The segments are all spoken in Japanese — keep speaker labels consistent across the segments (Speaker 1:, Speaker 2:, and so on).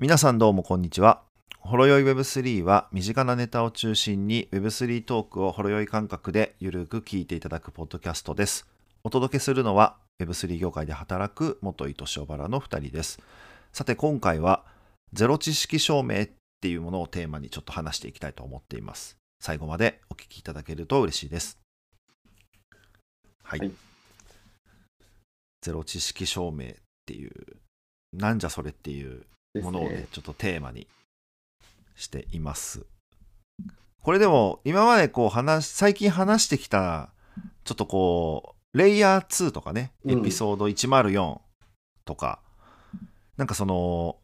Speaker 1: 皆さんどうもこんにちは。ほろよい Web3 は身近なネタを中心に Web3 トークをほろよい感覚でゆるく聞いていただくポッドキャストです。お届けするのは Web3 業界で働く元井敏夫原の2人です。さて今回はゼロ知識証明っていうものをテーマにちょっと話していきたいと思っています。最後までお聞きいただけると嬉しいです。はい。
Speaker 2: はい
Speaker 1: ゼロ知識証明っていう、なんじゃそれっていう
Speaker 2: です
Speaker 1: ものをね
Speaker 2: ね。
Speaker 1: ちょっとテーマにしています。これでも今までこう話最近話してきたちょっとこうレイヤー2とかね
Speaker 2: うん
Speaker 1: エピソード104とか、なんかその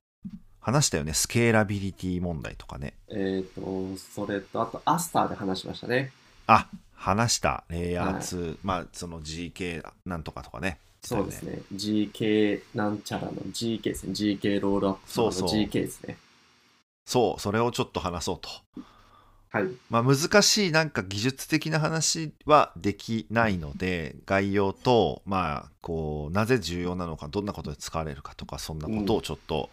Speaker 1: 話したよねスケーラビリティ問題とかね
Speaker 2: えっ、と、それと、あと、アスターで話しましたね。
Speaker 1: あ話したレイヤー2、まあその GK なんとかとかね
Speaker 2: そうですね。GK なんちゃらの GK ですね。GK ロールアップ
Speaker 1: そう
Speaker 2: の
Speaker 1: そう
Speaker 2: GK ですね。
Speaker 1: そうそれをちょっと話そうと
Speaker 2: はい。
Speaker 1: まあ、難しいなんか技術的な話はできないので概要とまあこうなぜ重要なのかどんなことで使われるかとかそんなことをちょっと、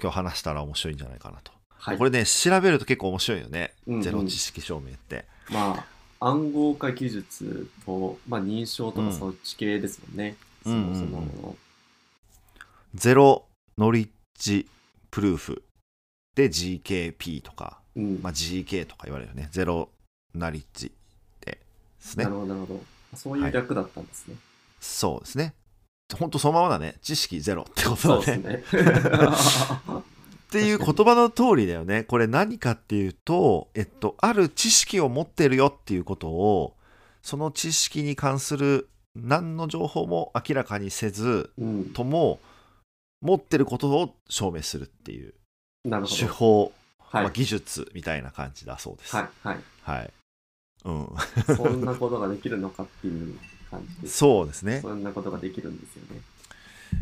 Speaker 1: 今日話したら面白いんじゃないかなと、
Speaker 2: はい
Speaker 1: こ。れね調べると結構面白いよね、
Speaker 2: うんうん
Speaker 1: ゼロ知識証明って
Speaker 2: まあ、暗号化技術と、まあ、認証と
Speaker 1: う
Speaker 2: か
Speaker 1: ん
Speaker 2: そっち系ですもん
Speaker 1: うんうんう
Speaker 2: ね。
Speaker 1: ん
Speaker 2: そもそも
Speaker 1: ゼロノリッジプルーフで GKP とか、
Speaker 2: の。うん。
Speaker 1: まあ、GK とか言われるよねゼロナリッジってですね
Speaker 2: なるほど、なるほど。そういう略だったんですね。
Speaker 1: そうですねほんとそのままだね知識ゼロってことだ
Speaker 2: そ
Speaker 1: ね
Speaker 2: うですね。
Speaker 1: っていう言葉の通りだよね。これ何かっていうと、えっと、ある知識を持ってるよっていうことを、その知識に関する何の情報も明らかにせず
Speaker 2: うん。
Speaker 1: とも、持ってることを証明するっていう
Speaker 2: なるほ
Speaker 1: 手
Speaker 2: ど。
Speaker 1: 法、
Speaker 2: はい
Speaker 1: まあ、。技術みたいな感じだそうです。
Speaker 2: はい。はい。
Speaker 1: はい。うん。
Speaker 2: そんなことができるのかっていう感じです。
Speaker 1: そうですね。
Speaker 2: そんなことができるんですよね。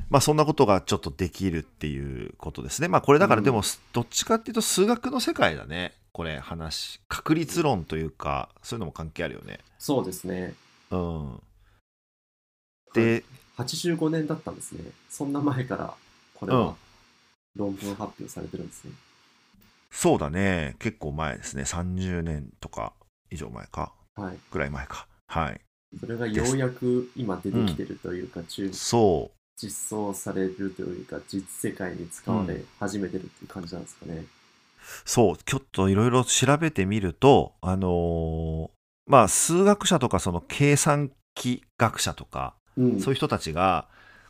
Speaker 1: まあそんなことがちょっとできるっていうことですね。まあこれだから
Speaker 2: うん
Speaker 1: でもす、どっちかっていうと数学の世界だね。これ話。確率論というか、そういうのも関係あるよね。
Speaker 2: そうですね。
Speaker 1: うん。で、
Speaker 2: 85年だったんですね。そんな前からこれ
Speaker 1: うん
Speaker 2: は論文発表されてるんですね。
Speaker 1: そうだね。結構前ですね。30年とか以上前か。
Speaker 2: はい。
Speaker 1: ぐらい前か。はい。
Speaker 2: それがようやく今出てきてるというか、中
Speaker 1: そ
Speaker 2: 実装されるというか、実世界に使われ始めてるっていう感じなんですかね。
Speaker 1: う。そう。ちょっといろいろ調べてみると、あのーまあ数学者とかその計算機学者とか、
Speaker 2: うん。
Speaker 1: そういう人たちが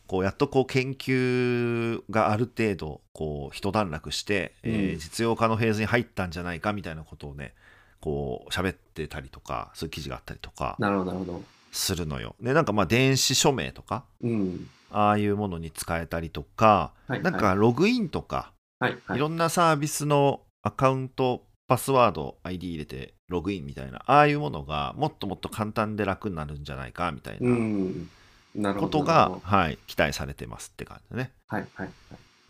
Speaker 1: こうやっとこう研究がある程度こう一段落して、えー
Speaker 2: うん
Speaker 1: 実用化のフェーズに入ったんじゃないかみたいなことをねこう喋ってたりとかそういう記事があったりとか
Speaker 2: なるほど、なるほど。
Speaker 1: するのよ。でなんかまあ電子署名とか
Speaker 2: うん。
Speaker 1: ああいうものに使えたりとか、
Speaker 2: はい
Speaker 1: なんかログインとか、
Speaker 2: はい、はいい。
Speaker 1: ろんなサービスのアカウントパスワード ID 入れてログインみたいなああいうものがもっともっと簡単で楽になるんじゃないかみたいな。
Speaker 2: うん。なる
Speaker 1: こ
Speaker 2: ほど。
Speaker 1: と
Speaker 2: なる
Speaker 1: が
Speaker 2: ほ、ど
Speaker 1: はい、期待されてますって感じだね。
Speaker 2: はい、はい、はい。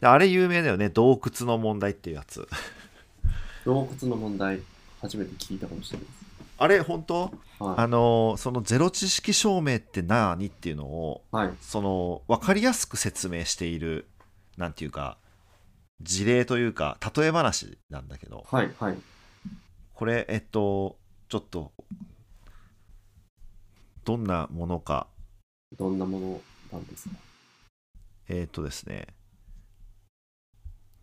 Speaker 1: であれ有名だよね、洞窟の問題っていうやつ。
Speaker 2: 洞窟の問題、初めて聞いたかもしれないです。
Speaker 1: あれ、本当あ
Speaker 2: は
Speaker 1: のーそのゼロ知識証明って何っていうのを、
Speaker 2: い。はい。
Speaker 1: その分かりやすく説明している、なんていうか、事例というか、例え話なんだけど、
Speaker 2: はい、はい。
Speaker 1: これ、えっと、ちょっと、どんなものか、
Speaker 2: どんなものなんですか
Speaker 1: えーっとですね、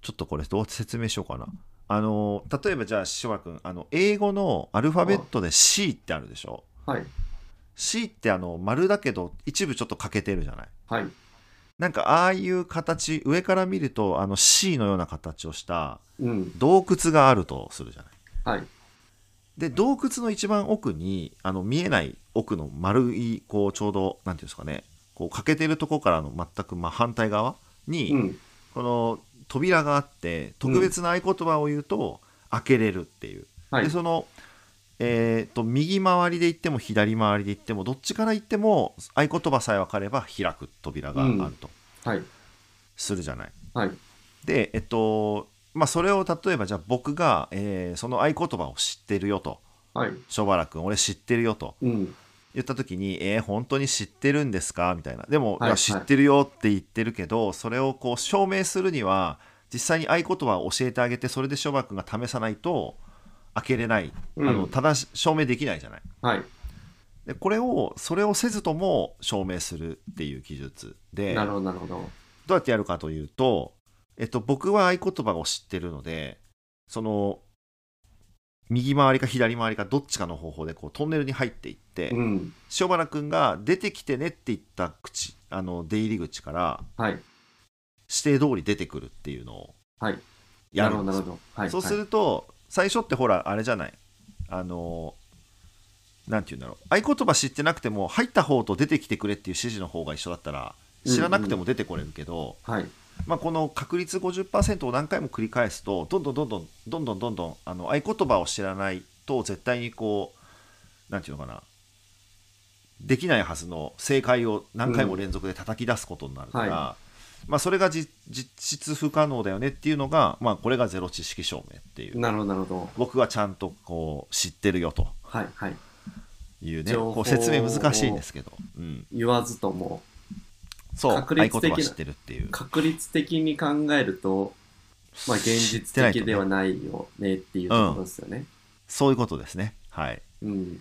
Speaker 1: ちょっとこれどう説明しようかな。あのー例えばじゃあ、しばくん、あの英語のアルファベットで C ってあるでしょ。
Speaker 2: はい、
Speaker 1: C ってあの丸だけど一部ちょっと欠けてるじゃない。
Speaker 2: はい。
Speaker 1: なんかああいう形、上から見るとあの C のような形をした
Speaker 2: うん。
Speaker 1: 洞窟があるとするじゃない。
Speaker 2: はい。
Speaker 1: で洞窟の一番奥にあの見えない奥の丸いこうちょうどなんていうんですかねこう欠けてるところからの全く真反対側に、
Speaker 2: うん。
Speaker 1: この扉があって特別な合言葉を言うと、開けれるっていう、
Speaker 2: はい
Speaker 1: で。その、えー、と右回りで行っても左回りで行ってもどっちから行っても合言葉さえ分かれば開く扉があると
Speaker 2: はい。
Speaker 1: するじゃない。
Speaker 2: はい。
Speaker 1: でえっとまあそれを例えばじゃあ僕が、えーその合言葉を知ってるよと
Speaker 2: はい。
Speaker 1: しょばらくん俺知ってるよと
Speaker 2: うん。
Speaker 1: 言った時に「えー、本当に知ってるんですか?」みたいなでも、
Speaker 2: はい
Speaker 1: いや
Speaker 2: はい
Speaker 1: 知ってるよって言ってるけどそれをこう証明するには実際に合言葉を教えてあげてそれでショバ君が試さないと開けれない、
Speaker 2: うん
Speaker 1: あの正し証明できないじゃない
Speaker 2: はい。
Speaker 1: でこれをそれをせずとも証明するっていう技術で
Speaker 2: なるほど、なるほど。
Speaker 1: どうやってやるかというと、えっと、僕は合言葉を知ってるのでその右回りか左回りかどっちかの方法でこうトンネルに入っていって、
Speaker 2: うん。
Speaker 1: 塩原くんが出てきてねって言った口あの出入り口から
Speaker 2: はい。
Speaker 1: 指定通り出てくるっていうのを
Speaker 2: はい。
Speaker 1: や
Speaker 2: なる
Speaker 1: る
Speaker 2: ほど、
Speaker 1: んで
Speaker 2: な
Speaker 1: す
Speaker 2: る
Speaker 1: よ
Speaker 2: ほど。はい。
Speaker 1: そうす
Speaker 2: は
Speaker 1: ると、最初ってほらあれじゃないあのなんて言うんだろう合言葉知ってなくても入った方と出てきてくれっていう指示の方が一緒だったら知らなくても出てこれるけど、
Speaker 2: い。はい。
Speaker 1: まあ、この確率50%を何回も繰り返すとどんどんどんどんどんどんどんどんあの合言葉を知らないと絶対にこうなんていうのかなできないはずの正解を何回も連続で叩き出すことになるから、
Speaker 2: うんは
Speaker 1: まあ、それがじ実質不可能だよねっていうのが、まあ、これがゼロ知識証明っていう
Speaker 2: なるほど、なるほど。
Speaker 1: 僕はちゃんとこう知ってるよと
Speaker 2: はい。はい。
Speaker 1: いうね
Speaker 2: 情報を
Speaker 1: こう説明難しいんですけど、うん、
Speaker 2: 言わずとも、
Speaker 1: そう合
Speaker 2: 確
Speaker 1: 言
Speaker 2: 率的な
Speaker 1: 葉知ってるっていう。
Speaker 2: 確率的に考えると、まあ、現
Speaker 1: 知っ
Speaker 2: 実
Speaker 1: てないと
Speaker 2: 的
Speaker 1: ね
Speaker 2: ではないよねっていうところですよね。
Speaker 1: そういうことですね。はい
Speaker 2: うん。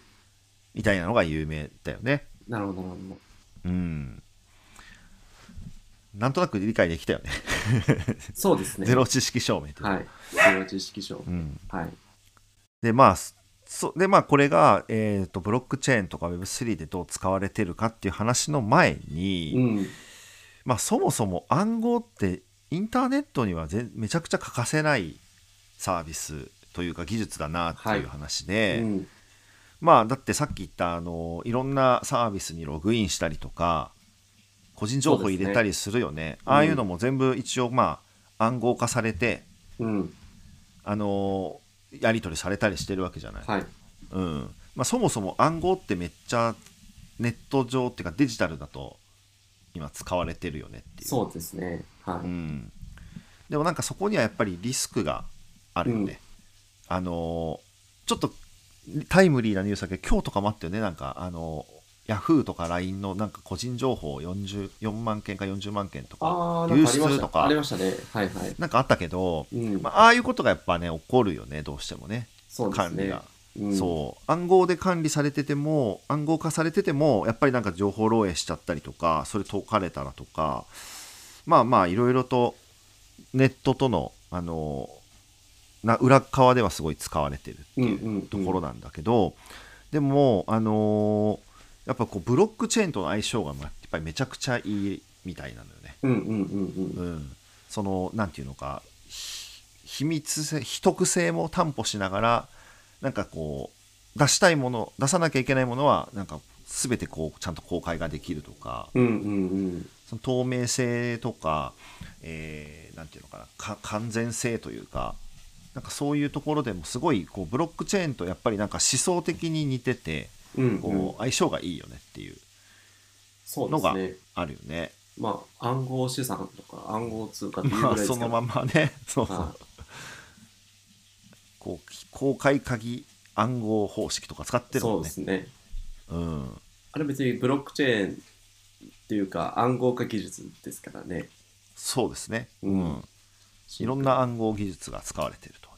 Speaker 1: みたいなのが有名だよね。
Speaker 2: なるほど、なるほど。
Speaker 1: うん。なんとなく理解できたよね。
Speaker 2: そうですね。
Speaker 1: ゼロ知識証明というか
Speaker 2: はい。ゼロ知識証
Speaker 1: う。ん、
Speaker 2: はい。
Speaker 1: で、まあ、そで、まあ、これが、えーと、ブロックチェーンとか Web3 でどう使われてるかっていう話の前に、
Speaker 2: うん。
Speaker 1: まあ、そもそも暗号ってインターネットにはぜめちゃくちゃ欠かせないサービスというか技術だなっていう話で、
Speaker 2: うん。
Speaker 1: まあだってさっき言ったあのいろんなサービスにログインしたりとか個人情報入れたりするよね
Speaker 2: うん
Speaker 1: ああいうのも全部一応まあ暗号化されて、
Speaker 2: うん。
Speaker 1: あのーやり取りされたりしてるわけじゃない、
Speaker 2: はい。
Speaker 1: うんまあ、そもそも暗号ってめっちゃネット上っていうかデジタルだと今使われてるよねっていう
Speaker 2: そうですね。は
Speaker 1: う
Speaker 2: い。
Speaker 1: ん、でもなんかそこにはやっぱりリスクがあるよね、あのーちょっとタイムリーなニュースだけど今日とかもあったよねなんかあのヤフー Yahoo とか LINE のなんか個人情報40 4万件か40万件とか
Speaker 2: ああ、なんかありま
Speaker 1: 流出
Speaker 2: し
Speaker 1: と
Speaker 2: た。
Speaker 1: か
Speaker 2: ありましたね。はいはい。
Speaker 1: なんかあったけど、
Speaker 2: うん。
Speaker 1: まあ、ああいうことがやっぱね起こるよねどうしてもね
Speaker 2: そうです
Speaker 1: 管理
Speaker 2: ね
Speaker 1: が。。
Speaker 2: うん
Speaker 1: そう暗号で管理されてても暗号化されててもやっぱりなんか情報漏洩しちゃったりとかそれ解かれたらとかまあまあいろいろとネットとのあのな裏側ではすごい使われてるってい
Speaker 2: んうんう
Speaker 1: うんところなんだけど、でもあのーやっぱこうブロックチェーンとの相性がまあやっぱりめちゃくちゃいいみたいなのよね。
Speaker 2: うんうんうんうん。
Speaker 1: うん、そのなんていうのかひ秘密性秘匿性も担保しながらなんかこう出したいもの出さなきゃいけないものはなんか全てこうちゃんと公開ができるとか
Speaker 2: うんうんうん。
Speaker 1: その透明性とか、えーなんていうのかなか完全性というかなんかそういうところでもすごいこうブロックチェーンとやっぱりなんか思想的に似てて
Speaker 2: うん
Speaker 1: こう、
Speaker 2: うん。
Speaker 1: 相性がいいよねっていう
Speaker 2: そう
Speaker 1: の
Speaker 2: です
Speaker 1: が
Speaker 2: ね。
Speaker 1: あるよね。
Speaker 2: まあ、暗号資産とか暗号通貨っていうぐ
Speaker 1: ま
Speaker 2: ら
Speaker 1: あ
Speaker 2: いです
Speaker 1: そ
Speaker 2: か
Speaker 1: のま
Speaker 2: ら
Speaker 1: まね そうそう
Speaker 2: は
Speaker 1: こう公開鍵暗号方式とか使って
Speaker 2: い
Speaker 1: るもん
Speaker 2: そう
Speaker 1: ね
Speaker 2: ですね。
Speaker 1: うん
Speaker 2: あれ別にブロックチェーンっていうか暗号化技術ですからね。
Speaker 1: そうですねう、
Speaker 2: うんん
Speaker 1: いろんな暗号技術が使われてるというこ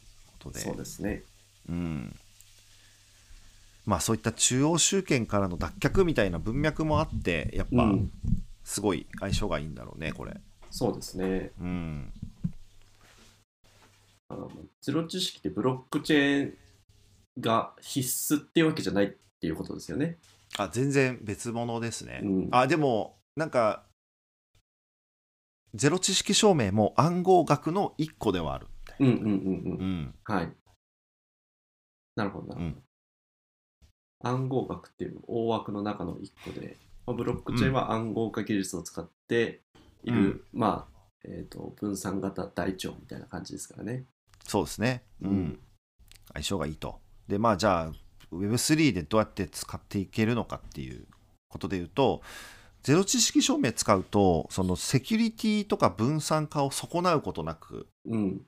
Speaker 1: とで
Speaker 2: そうですね。
Speaker 1: うんまあそういった中央集権からの脱却みたいな文脈もあってやっ
Speaker 2: う
Speaker 1: ぱ
Speaker 2: ん。
Speaker 1: すごい相性がいいんだろうねこれ
Speaker 2: そうですね。
Speaker 1: うん
Speaker 2: あのゼロ知識ってブロックチェーンが必須っていうわけじゃないっていうことですよね。
Speaker 1: あ全然別物ですね、
Speaker 2: うん
Speaker 1: あでもなんかゼロ知識証明も暗号学の一個ではあるみたい
Speaker 2: うんうんうんう。
Speaker 1: なん
Speaker 2: はい。なるほどなるほど。
Speaker 1: うん
Speaker 2: 暗号学っていう大枠の中の一個で、まあ、ブロックチェーンは暗号化技術を使っている、
Speaker 1: うん
Speaker 2: まあ、えー、と分散型台帳みたいな感じですからね。
Speaker 1: そうですね、うん、相性がいいとでまあじゃあ Web3 でどうやって使っていけるのかっていうことで言うとゼロ知識証明使うとそのセキュリティとか分散化を損なうことなく
Speaker 2: うん。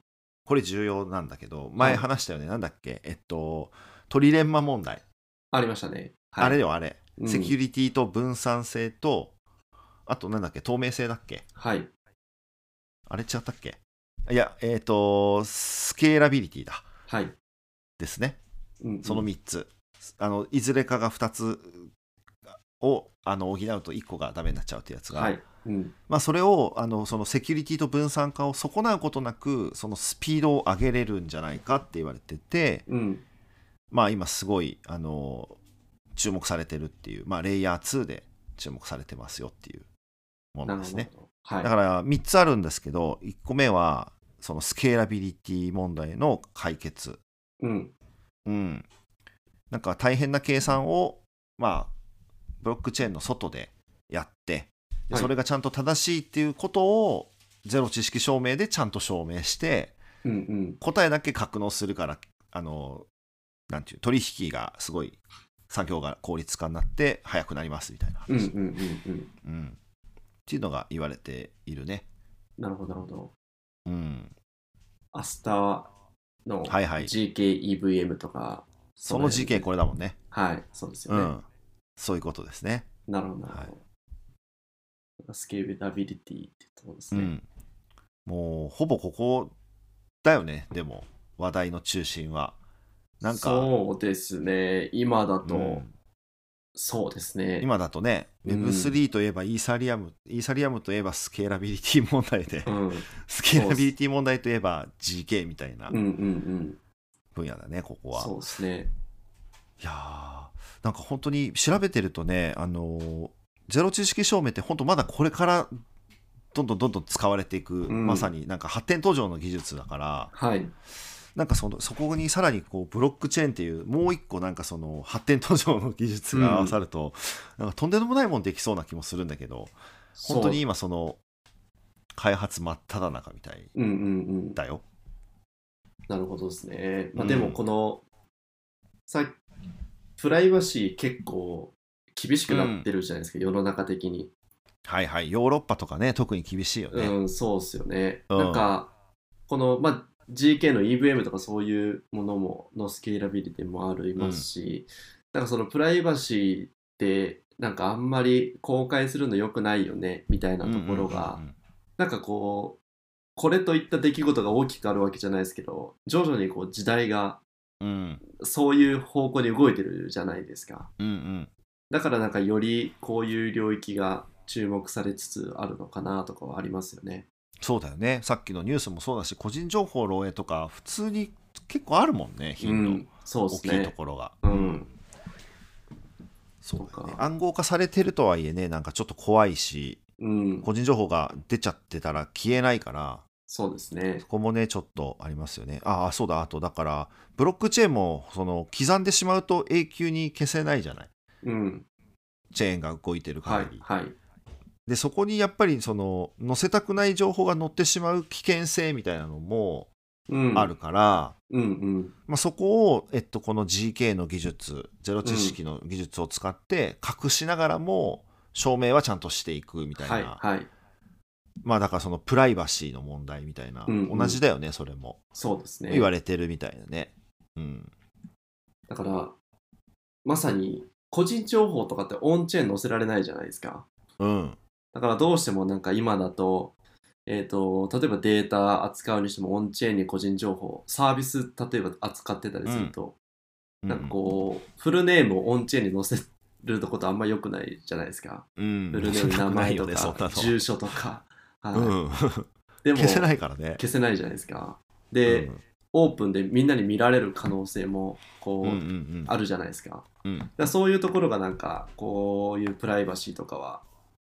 Speaker 1: これ重要なんだけど前
Speaker 2: はい
Speaker 1: 話したよね、なんだっけえっとトリレンマ問題、
Speaker 2: ありましたね。
Speaker 1: あれ
Speaker 2: はい。
Speaker 1: よあれ
Speaker 2: うん
Speaker 1: セキュリティと分散性と、あとなんだっけ透明性だっけ
Speaker 2: はい。
Speaker 1: あれ違ったっけいや、えっ、と、スケーラビリティだ。
Speaker 2: はい。
Speaker 1: ですね。
Speaker 2: うんうん
Speaker 1: その3つ。あのいずれかが2つをあの補うと1個がダメになっちゃうってやつが、
Speaker 2: はい。うん。
Speaker 1: まあ、それをあのそのセキュリティと分散化を損なうことなくそのスピードを上げれるんじゃないかって言われてて、
Speaker 2: うん。
Speaker 1: まあ、今すごいあの注目されてるっていう、まあ、レイヤー2で注目されてますよっていうも
Speaker 2: な
Speaker 1: の
Speaker 2: る
Speaker 1: です
Speaker 2: ほ
Speaker 1: ね。
Speaker 2: ど。はい。
Speaker 1: だから3つあるんですけど1個目はそのスケーラビリティ問題の解決
Speaker 2: うん。
Speaker 1: うん、なんか大変な計算を、まあ、ブロックチェーンの外でやって、で
Speaker 2: はい
Speaker 1: それがちゃんと正しいっていうことをゼロ知識証明でちゃんと証明して
Speaker 2: うんうん。
Speaker 1: 答えだけ格納するからあのなんていう取引がすごい作業が効率化になって早くなりますみたいな
Speaker 2: うんうん
Speaker 1: 話、
Speaker 2: うんうん。
Speaker 1: うんっていうのが言われているね。
Speaker 2: なるほど、なるほど。
Speaker 1: うん、
Speaker 2: アスタの
Speaker 1: はいはい
Speaker 2: GKEVM とか、
Speaker 1: その事件これだもんね。
Speaker 2: はい、そうですよ
Speaker 1: う
Speaker 2: ね。
Speaker 1: ん、そういうことですね。
Speaker 2: なるほど、なるほど。スケーラビリティってところです
Speaker 1: う
Speaker 2: ね。
Speaker 1: ん、もうほぼここだよねでも話題の中心はなんか
Speaker 2: そうですね、今だと、
Speaker 1: うん
Speaker 2: そうですね。
Speaker 1: 今だとね、
Speaker 2: うん
Speaker 1: Web3 といえばイーサリアムイーサリアムといえばスケーラビリティ問題で、
Speaker 2: うん、うん
Speaker 1: スケーラビリティ問題といえば GK みたいな
Speaker 2: うんうん。
Speaker 1: 分野だねここは
Speaker 2: そうですね。
Speaker 1: いやーなんか本当に調べてるとねあのーゼロ知識証明って本当まだこれからどんどんどんどん使われていく、
Speaker 2: ん
Speaker 1: まさになんか発展途上の技術だから、
Speaker 2: はい。
Speaker 1: なんかそのそこにさらにこうブロックチェーンっていうもう一個なんかその発展途上の技術が合わさると、なんかとんでもないもんできそうな気もするんだけど本当に
Speaker 2: そう
Speaker 1: 今その開発真っ只中みたい
Speaker 2: うんうんうん。
Speaker 1: だよ。
Speaker 2: なるほどですね。ま
Speaker 1: う
Speaker 2: あ、
Speaker 1: ん
Speaker 2: でもこの、さプライバシー結構厳しくなってるじゃないですか、世の中的に。
Speaker 1: はいはいヨーロッパとかね特に厳しいよね。
Speaker 2: うん、そうっすよね。
Speaker 1: うん
Speaker 2: なんか、この、まあ、GK の EVM とかそういうものも、のスケーラビリティもありますし、なんかそのプライバシーって、なんかあんまり公開するの良くないよね、みたいなところ
Speaker 1: うんう
Speaker 2: が
Speaker 1: んうんう、ん
Speaker 2: なんかこう、これといった出来事が大きくあるわけじゃないですけど、徐々にこう時代が
Speaker 1: うん
Speaker 2: そういう方向に動いてるじゃないですか。
Speaker 1: うんうん
Speaker 2: だからなんかよりこういう領域が注目されつつあるのかなとかはありますよね。
Speaker 1: そうだよねさっきのニュースもそうだし個人情報漏洩とか普通に結構あるもんね
Speaker 2: う
Speaker 1: 頻度、
Speaker 2: ん、そうで
Speaker 1: 大
Speaker 2: す
Speaker 1: きいと
Speaker 2: ね。
Speaker 1: ころが。
Speaker 2: うん、
Speaker 1: そうだよね
Speaker 2: とか
Speaker 1: 暗号化されてるとはいえねなんかちょっと怖いし
Speaker 2: うん、
Speaker 1: 個人情報が出ちゃってたら消えないから、
Speaker 2: そうですね
Speaker 1: そ。こもね、ちょっとありますよね。ああ、そうだ、あと、だから、ブロックチェーンも、その、刻んでしまうと永久に消せないじゃない。
Speaker 2: うん、
Speaker 1: チェーンが動いてる
Speaker 2: は
Speaker 1: 限
Speaker 2: い
Speaker 1: り。、
Speaker 2: はい。
Speaker 1: で、そこにやっぱり、その、載せたくない情報が載ってしまう危険性みたいなのも
Speaker 2: うん、
Speaker 1: ある。から、
Speaker 2: うん、うん、
Speaker 1: まあ、そこを、えっと、この GK の技術、ゼロ知識の技術を使って、隠しながらも、証明はちゃんとしていくみたいな。
Speaker 2: はい、はい。
Speaker 1: まあ、だからそのプライバシーの問題みたいな。
Speaker 2: うんうん
Speaker 1: 同じだよね、それも。
Speaker 2: そうですね。
Speaker 1: 言われてるみたいなね。うん。
Speaker 2: だから、まさに個人情報とかってオンチェーン載せられないじゃないですか。
Speaker 1: うん。
Speaker 2: だからどうしてもなんか今だと、えっ、と、例えばデータ扱うにしてもオンチェーンに個人情報、サービス例えば扱ってたりすると、なんかこう、フルネームをオンチェーンに載せることあんま良くないじゃないですか。
Speaker 1: うん、
Speaker 2: フルネーム、名前と
Speaker 1: そんなこないよ
Speaker 2: か、
Speaker 1: ね
Speaker 2: 住所とか。はい
Speaker 1: そんなの。うん。
Speaker 2: でも
Speaker 1: 消せないからね。
Speaker 2: 消せないじゃないですか。で、
Speaker 1: うん
Speaker 2: オープンでみんなに見られる可能性もこ
Speaker 1: う
Speaker 2: う、
Speaker 1: んうん
Speaker 2: あるじゃないですか。
Speaker 1: うん。うん
Speaker 2: だからそういうところがなんかこういうプライバシーとかは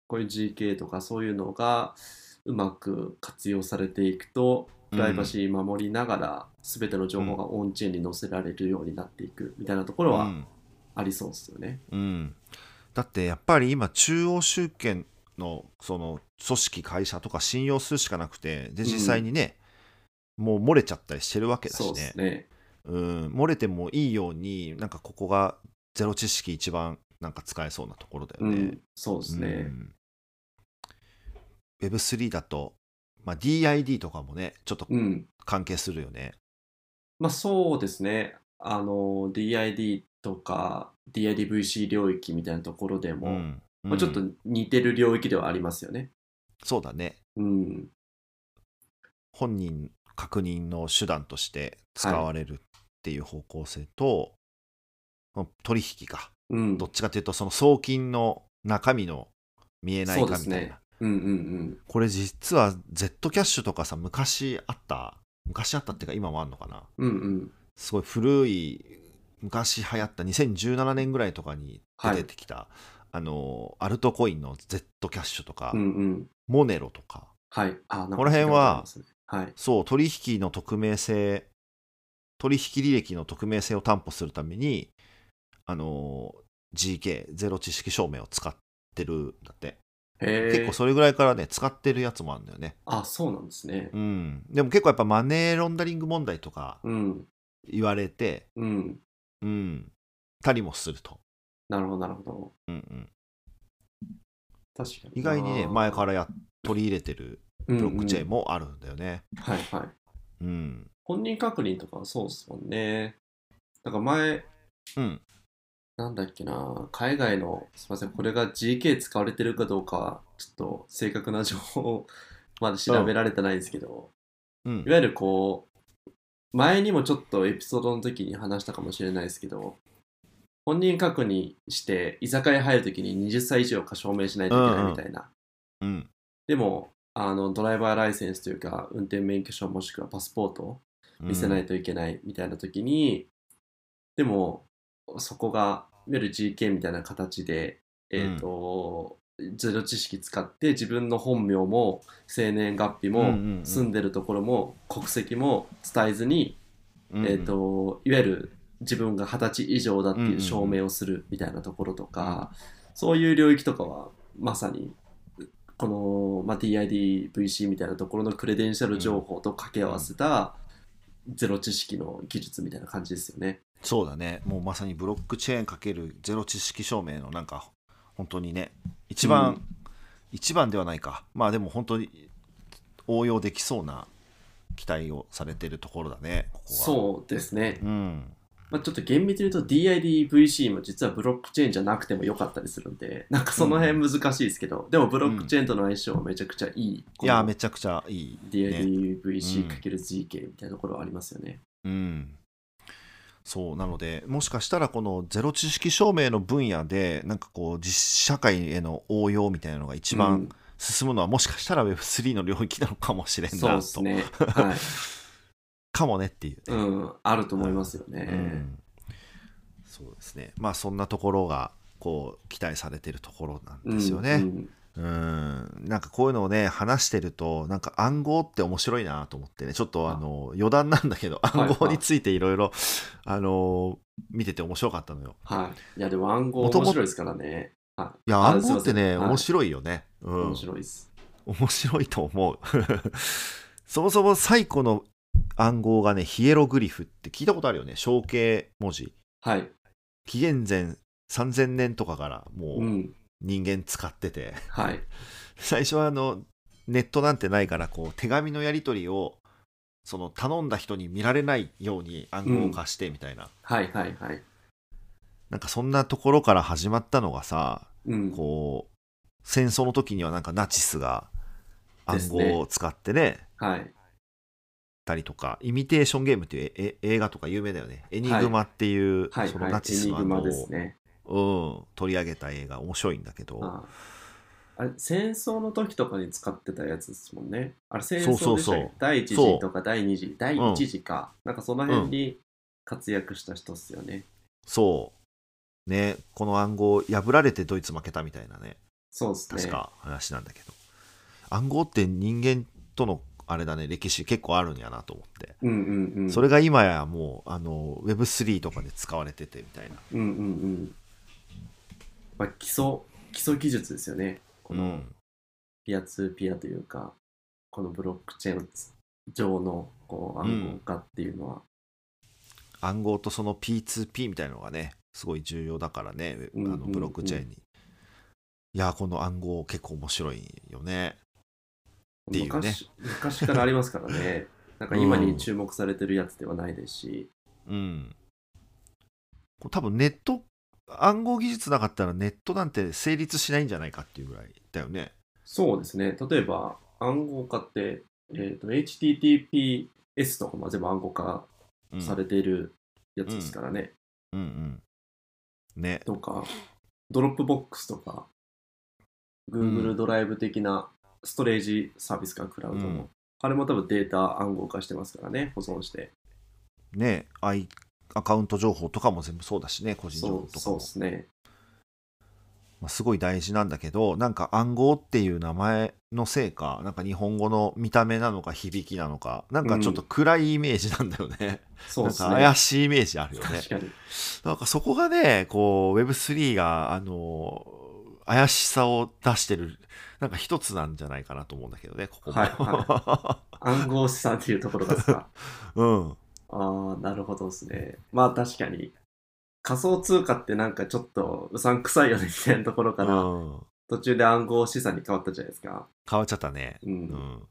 Speaker 2: こういう GK とかそういうのがうまく活用されていくとプライバシー守りながら全ての情報がオンチェーンに載せられるようになっていくみたいなところ
Speaker 1: う
Speaker 2: は
Speaker 1: ん
Speaker 2: ありそうですよね。
Speaker 1: うんだってやっぱり今、中央集権のその組織、会社とか信用するしかなくて、で、
Speaker 2: うん
Speaker 1: 実際にね、もう漏れちゃったりしてるわけだ
Speaker 2: そ
Speaker 1: し
Speaker 2: うで
Speaker 1: ね
Speaker 2: す。ね。
Speaker 1: うん、漏れてもいいように、なんかここがゼロ知識一番なんか使えそうなところだよ
Speaker 2: う
Speaker 1: ね。
Speaker 2: ん、そうです
Speaker 1: う
Speaker 2: ね。
Speaker 1: ん Web3 だと、まあ、DID とかもね、ちょっと
Speaker 2: うん。
Speaker 1: 関係するよね。
Speaker 2: まあそうですね。あの DID とか DIDVC 領域みたいなところでも、
Speaker 1: うん
Speaker 2: まあ、ちょっと似てる領域ではありますよね。
Speaker 1: そうだね。
Speaker 2: うん。
Speaker 1: 本人確認の手段として使われるっていう方向性と、まあ取引か
Speaker 2: うん
Speaker 1: どっちかというとその送金の中身の見えないかみたい
Speaker 2: そう
Speaker 1: な、
Speaker 2: ですねうんうん
Speaker 1: これ実は Z キャッシュとかさ昔あった昔あったっていうか今もあんのかな
Speaker 2: うんうんうん
Speaker 1: すごい古い昔流行った2017年ぐらいとかに出てきた、あのアルトコインの Z キャッシュとか、
Speaker 2: うんうん
Speaker 1: モネロとか
Speaker 2: はいあなんか
Speaker 1: この辺は
Speaker 2: 聞いたことありますねはい
Speaker 1: そう取引の匿名性取引履歴の匿名性を担保するためにあの GK ゼロ知識証明を使ってるんだって、
Speaker 2: へえ
Speaker 1: 結構それぐらいからね使ってるやつもあるんだよね
Speaker 2: あそうなんですね
Speaker 1: うんでも結構やっぱマネーロンダリング問題とか
Speaker 2: うん
Speaker 1: 言われて
Speaker 2: うん
Speaker 1: うんたりもすると、
Speaker 2: なるほどなるほど
Speaker 1: うんうん、
Speaker 2: 確かに
Speaker 1: 意外にね
Speaker 2: あー
Speaker 1: 前からや取り入れてるブロックチェーンもあるんだよね
Speaker 2: うんうんはいはい
Speaker 1: うん
Speaker 2: 本人確認とかはそうですもんねなんか前
Speaker 1: うん
Speaker 2: なんだっけな海外のすいませんこれが GK 使われてるかどうかはちょっと正確な情報 まで調べられてないんですけど、
Speaker 1: うん
Speaker 2: いわゆるこう前にもちょっとエピソードの時に話したかもしれないですけど本人確認して居酒屋入る時に20歳以上か証明しないといけないみたいな、
Speaker 1: うん
Speaker 2: でもあのドライバーライセンスというか運転免許証もしくはパスポート見せないといけないみたいな時に、でもそこがいわゆる GK みたいな形で、
Speaker 1: うん
Speaker 2: えーとゼロ知識使って自分の本名も生年月日も、
Speaker 1: うんうんうん
Speaker 2: 住んでるところも国籍も伝えずに、
Speaker 1: うん
Speaker 2: えー、といわゆる自分が二十歳以上だって
Speaker 1: うんうん
Speaker 2: いううん証明をするみたいなところとか、そういう領域とかはまさにこの、まあ、DIDVC みたいなところのクレデンシャル情報と掛け合わせたゼロ知識の技術みたいな感じですよね。
Speaker 1: そうだねもうまさにブロックチェーンかけるゼロ知識証明のなんか本当にね一番、
Speaker 2: うん
Speaker 1: 一番ではないかまあでも本当に応用できそうな期待をされてるところだねここは
Speaker 2: そうですね、
Speaker 1: うん
Speaker 2: まあ、ちょっと厳密に言うと DIDVC も実はブロックチェーンじゃなくてもよかったりするんでなんかその辺難しいですけど、でもブロックチェーンとの相性はめちゃくちゃいい、
Speaker 1: いやめちゃくちゃいい、ね
Speaker 2: DIDVC×GK みたいなところはありますよね。
Speaker 1: うん、そうなのでもしかしたらこのゼロ知識証明の分野でなんかこう実社会への応用みたいなのが一番進むのは、もしかしたら Web3 の領域なのかもしれ
Speaker 2: うん
Speaker 1: ん
Speaker 2: そう
Speaker 1: な
Speaker 2: です
Speaker 1: と、
Speaker 2: ね。 はい。
Speaker 1: かもねっていうね、
Speaker 2: うん、あると思いますよね。
Speaker 1: うんそうですねまあそんなところがこう期待されてるところなんですよね、
Speaker 2: うんうん
Speaker 1: うんなんかこういうのをね話してるとなんか暗号って面白いなと思ってねちょっとあの余談なんだけど
Speaker 2: いはい
Speaker 1: 暗号についていろいろあの見てて面白かったのよ。
Speaker 2: はい。いや、でも暗号
Speaker 1: もとも
Speaker 2: 面白いですからね。はい
Speaker 1: いや
Speaker 2: あ
Speaker 1: 暗号って
Speaker 2: すい
Speaker 1: ね
Speaker 2: ませんはい
Speaker 1: 面白いよね。う
Speaker 2: い。
Speaker 1: ん
Speaker 2: 面白いです。
Speaker 1: 面白いと思う。 そもそも最古の暗号がねヒエログリフって聞いたことあるよね象形文字。
Speaker 2: はい。
Speaker 1: 紀元前3000年とかからもう
Speaker 2: う。
Speaker 1: ん人間使ってて。
Speaker 2: はい。
Speaker 1: 最初はあのネットなんてないからこう手紙のやり取りをその頼んだ人に見られないように暗号を貸してみたいな、
Speaker 2: はいはいはい。
Speaker 1: なんかそんなところから始まったのがさ
Speaker 2: うん。
Speaker 1: こう戦争の時にはなんかナチスが暗号を使ってね
Speaker 2: はい。
Speaker 1: たりとかイミテーションゲームっていうええ映画とか有名だよねエニグマっていう、
Speaker 2: はい
Speaker 1: その
Speaker 2: は
Speaker 1: ナ
Speaker 2: い。
Speaker 1: チ
Speaker 2: エ
Speaker 1: ス
Speaker 2: ニ
Speaker 1: の
Speaker 2: グ
Speaker 1: 暗
Speaker 2: マ
Speaker 1: 号
Speaker 2: ですね。
Speaker 1: を、うん、取り上げた映画面白いんだけど、
Speaker 2: ああれ、戦争の時とかに使ってたやつですもんね。あれ、戦
Speaker 1: そうそ
Speaker 2: 争
Speaker 1: う
Speaker 2: でし
Speaker 1: そ
Speaker 2: た
Speaker 1: う
Speaker 2: っけ第一
Speaker 1: そう
Speaker 2: 次とか第二次、第一次か。なんかその辺に活躍した人っすよね。
Speaker 1: そうねこの暗号破られてドイツ負けたみたいなね
Speaker 2: そうですね。
Speaker 1: 確か話なんだけど、暗号って人間とのあれだね歴史結構あるんやなと思って、
Speaker 2: うんうんうん。
Speaker 1: それが今やもうあの Web3 とかで使われててみたいな
Speaker 2: うんうんうん。まあ、基礎、基礎技術ですよね。こ
Speaker 1: こ
Speaker 2: の
Speaker 1: の、
Speaker 2: ピアツーピアというか、このブロックチェーン上のこう暗号化っていうのは。
Speaker 1: 暗号とその P2P みたいなのがねすごい重要だからね、
Speaker 2: うんうんうん
Speaker 1: あのブロックチェーンにいやーこの暗号結構面白いよねっていうね
Speaker 2: 昔昔からありますから ね。なんか今に注目されてるやつではないですし、
Speaker 1: うんこう多分ネット暗号技術なかったらネットなんて成立しないんじゃないかっていうぐらいだよね
Speaker 2: そうですね。例えば暗号化って、えっ、と、HTTPS とかも全部暗号化
Speaker 1: うん
Speaker 2: されているやつですからね。
Speaker 1: うんうん。ね。
Speaker 2: とか、ドロップボックスとか、
Speaker 1: う
Speaker 2: Google
Speaker 1: ん
Speaker 2: ドライブ的なストレージサービスかクラウドも、
Speaker 1: うん
Speaker 2: あれも多分データ暗号化してますからね、保存して。
Speaker 1: ね。アイアカウント情報とかも全部そうだしね、個人情報と
Speaker 2: そう
Speaker 1: か
Speaker 2: そう
Speaker 1: も。
Speaker 2: ですね。
Speaker 1: まあ、すごい大事なんだけどなんか暗号っていう名前のせいかなんか日本語の見た目なのか響きなのかなんかちょっと暗いイメージなんだよね、
Speaker 2: そう
Speaker 1: なん
Speaker 2: です
Speaker 1: か
Speaker 2: ね。
Speaker 1: 怪しいイメージあるよね
Speaker 2: 確かに。
Speaker 1: なんかそこがねこう Web3 があの怪しさを出してるなんか一つなんじゃないかなと思うんだけどねここも、
Speaker 2: はいは暗号資産っていうところが さ、
Speaker 1: うん
Speaker 2: ああ、なるほどですね。まあ確かに。仮想通貨ってなんかちょっとうさんくさいよねみたいなところから、
Speaker 1: うん
Speaker 2: 途中で暗号資産に変わったじゃないですか。
Speaker 1: 変わっちゃったね
Speaker 2: うん。
Speaker 1: うん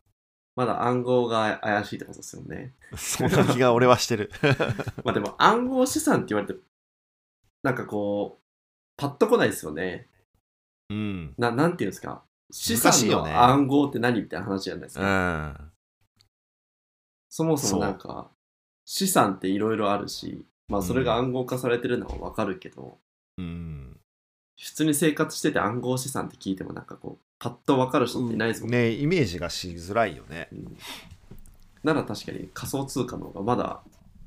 Speaker 2: まだ暗号が怪しいってことですよね。
Speaker 1: そんな気が俺はしてる
Speaker 2: まあでも暗号資産って言われて、なんかこう、パッとこないですよね。
Speaker 1: うん
Speaker 2: ななんていうんですか。資
Speaker 1: 難し
Speaker 2: 産
Speaker 1: いよ
Speaker 2: の
Speaker 1: ね
Speaker 2: 暗号って何みたいな話じゃないです
Speaker 1: う
Speaker 2: か。
Speaker 1: ん
Speaker 2: そもそもなんか、資産っていろいろあるし、まあそれが暗号化されてるのはわかるけど、
Speaker 1: うん
Speaker 2: 普通に生活してて暗号資産って聞いてもなんかこうパッと分かる人っていないですもんね、
Speaker 1: ねイメージがしづらいよ ね
Speaker 2: うんなら確かに仮想通貨の方がまだ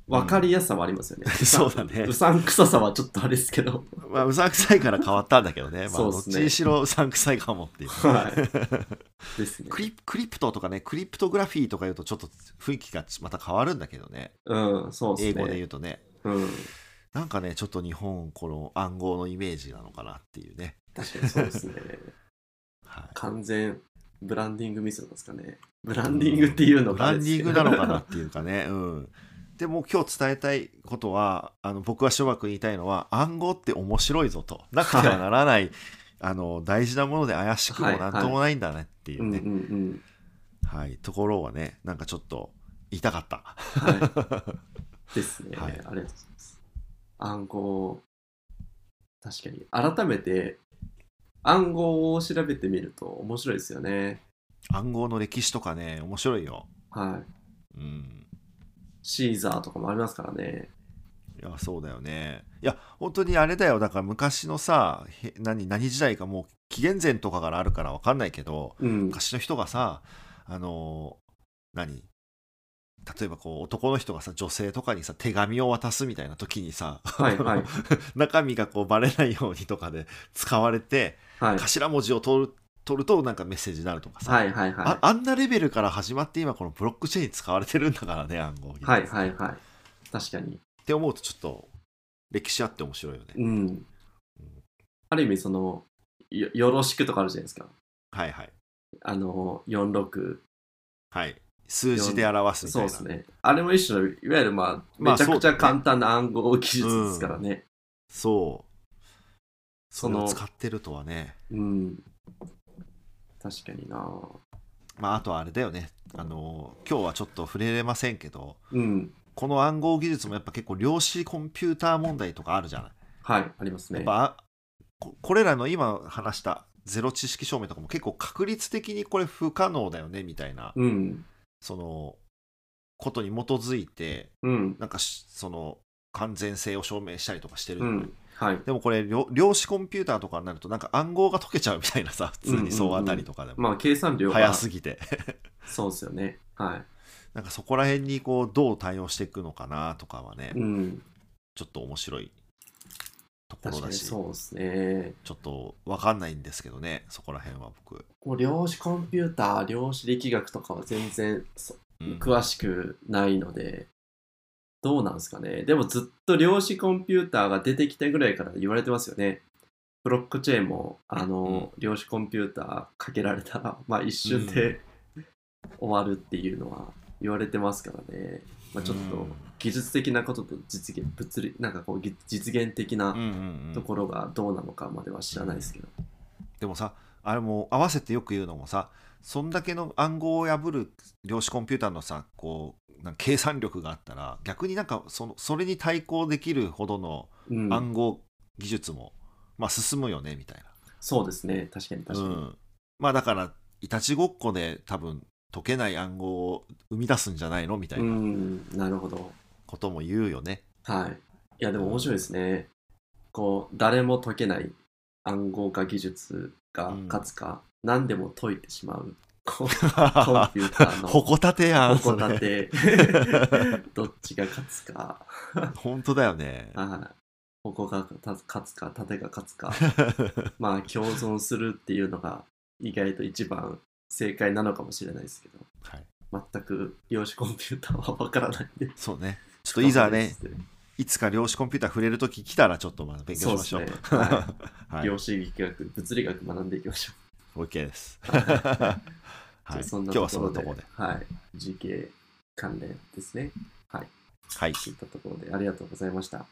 Speaker 2: 分かりやすさはありますよね、
Speaker 1: ん そうだね
Speaker 2: うさんくささはちょっとあれですけど
Speaker 1: まあ、うさんくさいから変わったんだけどね。まあ、
Speaker 2: そうっ
Speaker 1: どっち
Speaker 2: すね
Speaker 1: にしろうさんくさいかもっていう。
Speaker 2: はいですね
Speaker 1: クリクリプトとかね、クリプトグラフィーとか言うとちょっと雰囲気がまた変わるんだけどね。
Speaker 2: うんそうです
Speaker 1: 英
Speaker 2: ね
Speaker 1: 語で言うとね。
Speaker 2: うん、
Speaker 1: なんかね、ちょっと日本、この暗号のイメージなのかなっていうね。
Speaker 2: 確かにそうですね
Speaker 1: は
Speaker 2: 完全ブランディングミスなんですかねブランディングっていう
Speaker 1: い、
Speaker 2: の
Speaker 1: ブラ
Speaker 2: が
Speaker 1: ンディングなのかなっていうかね。うん。でも今日伝えたいことは、あの僕は小学言いたいのは、暗号って面白いぞと。なくてはならない、あの大事なもので怪しくもなんともないんだねっていう
Speaker 2: うんうんう
Speaker 1: ね。
Speaker 2: ん
Speaker 1: はい、ところはね、なんかちょっと言いたかった。
Speaker 2: はいですね、
Speaker 1: はい
Speaker 2: ありがとうございます暗号確かに改めて暗号を調べてみると面白いですよね
Speaker 1: 暗号の歴史とかね、面白いよ。
Speaker 2: はい
Speaker 1: うん。
Speaker 2: シーザーとかもありますからね
Speaker 1: いや、そうだよね。いや、本当にあれだよ。だから昔のさ、へ何、何時代かもう紀元前とかからあるからわかんないけど、
Speaker 2: うん
Speaker 1: 昔の人がさ、あのー何例えばこう男の人がさ女性とかにさ手紙を渡すみたいな時にさ、
Speaker 2: はいはい
Speaker 1: 中身がこうバレないようにとかで 使われて、
Speaker 2: はい
Speaker 1: 頭文字を取る取るとなんかメッセージになるとかさ、
Speaker 2: はいはい
Speaker 1: あ
Speaker 2: は
Speaker 1: あんなレベルから始まって今このブロックチェーンに使われてるんだからね暗号技
Speaker 2: い
Speaker 1: 術
Speaker 2: はいはいはい確かに
Speaker 1: って思うとちょっと歴史あって面白いよね、
Speaker 2: うんある意味そのよよろしくとかあるじゃないですか
Speaker 1: はいはい
Speaker 2: あの46
Speaker 1: はい数字で表すみた
Speaker 2: そ
Speaker 1: い
Speaker 2: うで
Speaker 1: な
Speaker 2: すねあれも一種のいわゆるまあ
Speaker 1: まあ
Speaker 2: めちゃくち
Speaker 1: そうだ
Speaker 2: ゃ
Speaker 1: ね
Speaker 2: 簡単な暗号技術ですからね、
Speaker 1: そうそ
Speaker 2: そ
Speaker 1: れ
Speaker 2: の
Speaker 1: を使ってるとはね
Speaker 2: うん。確かにな
Speaker 1: まああとはあれだよねあの今日はちょっと触れれませんけど
Speaker 2: うん。
Speaker 1: この暗号技術もやっぱ結構量子コンピューター問題とかあるじゃない
Speaker 2: はい、あります
Speaker 1: や
Speaker 2: ね
Speaker 1: っ。ぱここれらの今話したゼロ知識証明とかも結構確率的にこれ不可能だよねみたいな
Speaker 2: うん。
Speaker 1: そのことに基づいて
Speaker 2: うん。
Speaker 1: なんかしその完全性を証明したりとかしてる
Speaker 2: う
Speaker 1: のに、
Speaker 2: ん。はい。
Speaker 1: でもこれ量量子コンピューターとかになるとなんか暗号が解けちゃうみたいな さ普通にそうあたりとかでも、
Speaker 2: まあ、計算量が
Speaker 1: 早すぎて
Speaker 2: そうですよね。は
Speaker 1: なんかそこら辺にこうどう対応していくのかなとかはね、
Speaker 2: い。うん。
Speaker 1: ちょっと面白いところ
Speaker 2: 確か
Speaker 1: だ
Speaker 2: に
Speaker 1: し
Speaker 2: そうですね。
Speaker 1: ちょっと分かんないんですけどねそこら辺は僕、
Speaker 2: もう量子コンピューター、量子力学とかは全然そ
Speaker 1: うん
Speaker 2: 詳しくないので、どうなんですかね。でもずっと量子コンピューターが出てきたぐらいから言われてますよね。ブロックチェーンも、あの、量子コンピューターかけられたら、 まあ一瞬で、終わるっていうのは言われてますからね。まあ、ちょっ
Speaker 1: う
Speaker 2: と
Speaker 1: ん
Speaker 2: 技術的なことと実現、物理、なんかこうぎ実現的
Speaker 1: うん
Speaker 2: な
Speaker 1: うんう
Speaker 2: と
Speaker 1: ん、
Speaker 2: ころがどうなのかまでは知らないですけど。
Speaker 1: でもさあれも合わせてよく言うのもさそんだけの暗号を破る量子コンピューターのさこうなんか計算力があったら逆になんかそのそれに対抗できるほどの
Speaker 2: うん、
Speaker 1: 暗号技術も、まあ進むよねみたいな。
Speaker 2: そうですね。確かに確か
Speaker 1: う
Speaker 2: に。、
Speaker 1: ん、まあだからいたちごっこで多分解けない暗号を生み出すんじゃないのみたいうなん
Speaker 2: なるほど。
Speaker 1: ことも言うよね。
Speaker 2: はい。いや、でも面白いですね。こう、誰も解けない暗号化技術が
Speaker 1: うん
Speaker 2: 勝つか、何でも解いてしまう。 こう、コンピューターの
Speaker 1: ほこたてやん、
Speaker 2: こ
Speaker 1: そ
Speaker 2: た
Speaker 1: れ。
Speaker 2: て、どっちが勝つか、
Speaker 1: 本当だよね。
Speaker 2: はい。ここが勝つ勝つか、盾が勝 つか、まあ、共存するっていうのが意外と一番正解なのかもしれないですけど、
Speaker 1: はい、
Speaker 2: 全く量子コンピューターは分からないんで。
Speaker 1: そうね。ちょっといざね、
Speaker 2: そうですね、
Speaker 1: いつか量子コンピューター触れるとき来たら、ちょっとまあ勉強しましょう。
Speaker 2: は、
Speaker 1: はいい、
Speaker 2: 量子力学、物理学学んでいきましょ
Speaker 1: OK です。
Speaker 2: う。
Speaker 1: はい、
Speaker 2: そん
Speaker 1: 今
Speaker 2: な
Speaker 1: 日は
Speaker 2: とこ
Speaker 1: そ
Speaker 2: ろ
Speaker 1: の
Speaker 2: で、
Speaker 1: ところで。
Speaker 2: はい、GK 関連ですね。
Speaker 1: はい、
Speaker 2: といったところでありがとうございました。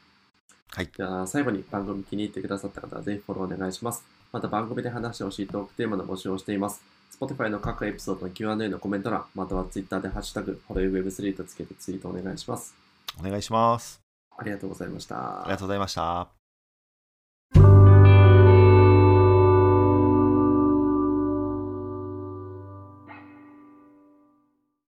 Speaker 1: はい、
Speaker 2: じゃあ最後に番組気に入ってくださった方はぜひフォローお願いします。また番組で話してほしいトークテーマの募集をしています。Spotify の各エピソードの Q&A のコメント欄、または Twitter でハッシュタグ、ホロイウェブ3とつけてツイートお願いします。
Speaker 1: お願いします。
Speaker 2: ありがとうございました。
Speaker 1: ありがとうございました。